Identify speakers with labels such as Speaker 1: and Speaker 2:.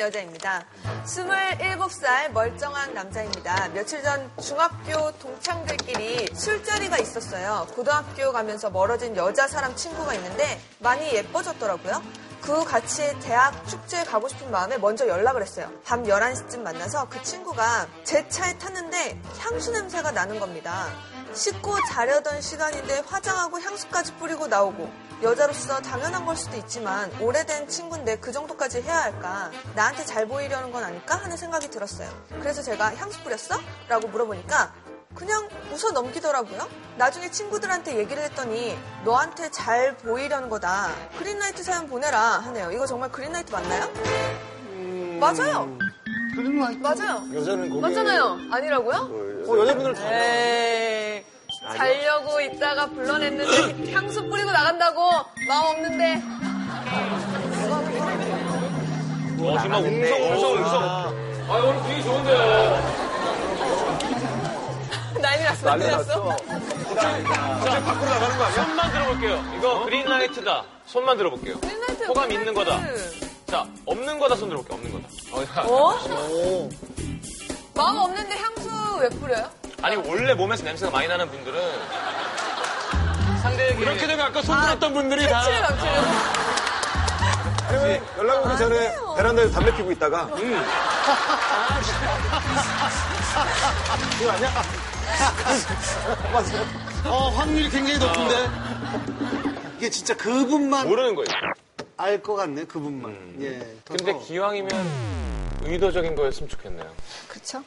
Speaker 1: 여자입니다. 27살 멀쩡한 남자입니다. 며칠 전 중학교 동창들끼리 술자리가 있었어요. 고등학교 가면서 멀어진 여자 사람 친구가 있는데 많이 예뻐졌더라고요. 그 후 같이 대학 축제에 가고 싶은 마음에 먼저 연락을 했어요. 밤 11시쯤 만나서 그 친구가 제 차에 탔는데 향수 냄새가 나는 겁니다. 씻고 자려던 시간인데 화장하고 향수까지 뿌리고 나오고 여자로서 당연한 걸 수도 있지만 오래된 친구인데 그 정도까지 해야 할까 나한테 잘 보이려는 건 아닐까 하는 생각이 들었어요 그래서 제가 향수 뿌렸어? 라고 물어보니까 그냥 웃어 넘기더라고요 나중에 친구들한테 얘기를 했더니 너한테 잘 보이려는 거다 그린라이트 사연 보내라 하네요 이거 정말 그린라이트 맞나요? 맞아요
Speaker 2: 음. 그린라이트.
Speaker 1: 맞아요
Speaker 3: 여자는 고개
Speaker 1: 맞잖아요 네. 아니라고요?
Speaker 3: 어, 여자분들 다.
Speaker 1: 에이, 자려고 있다가 불러냈는데 향수 뿌리고 나간다고 마음 없는데
Speaker 4: 어, 지금 막 웅성, 웅성, 웅성. 아, 오늘 분위기 좋은데요.
Speaker 1: 난리 났어, 난리 났어.
Speaker 4: 손만 들어볼게요. 이거 그린라이트다. 손만 들어볼게요.
Speaker 1: 그린라이트,
Speaker 4: 호감
Speaker 1: 그린라이트.
Speaker 4: 있는 거다. 자, 없는 거다 손 들어볼게요. 없는 거다. 어,
Speaker 1: 어? 마음 없는데 향수 왜 뿌려요?
Speaker 4: 아니, 원래 몸에서 냄새가 많이 나는 분들은 상대에게
Speaker 3: 이렇게 되면 아까 손 들었던 분들이 다.
Speaker 1: 치를 감추려고.
Speaker 3: 아니면 연락 오기 전에 베란다에서 담배 피고 있다가. 음. 이거 아니야? 맞아요.
Speaker 2: 어, 확률이 굉장히 높은데. 이게 진짜 그분만
Speaker 4: 모르는 거예요.
Speaker 2: 알 것 같네, 그분만. 예.
Speaker 4: 근데 기왕이면 의도적인 거였으면 좋겠네요.
Speaker 1: 그쵸?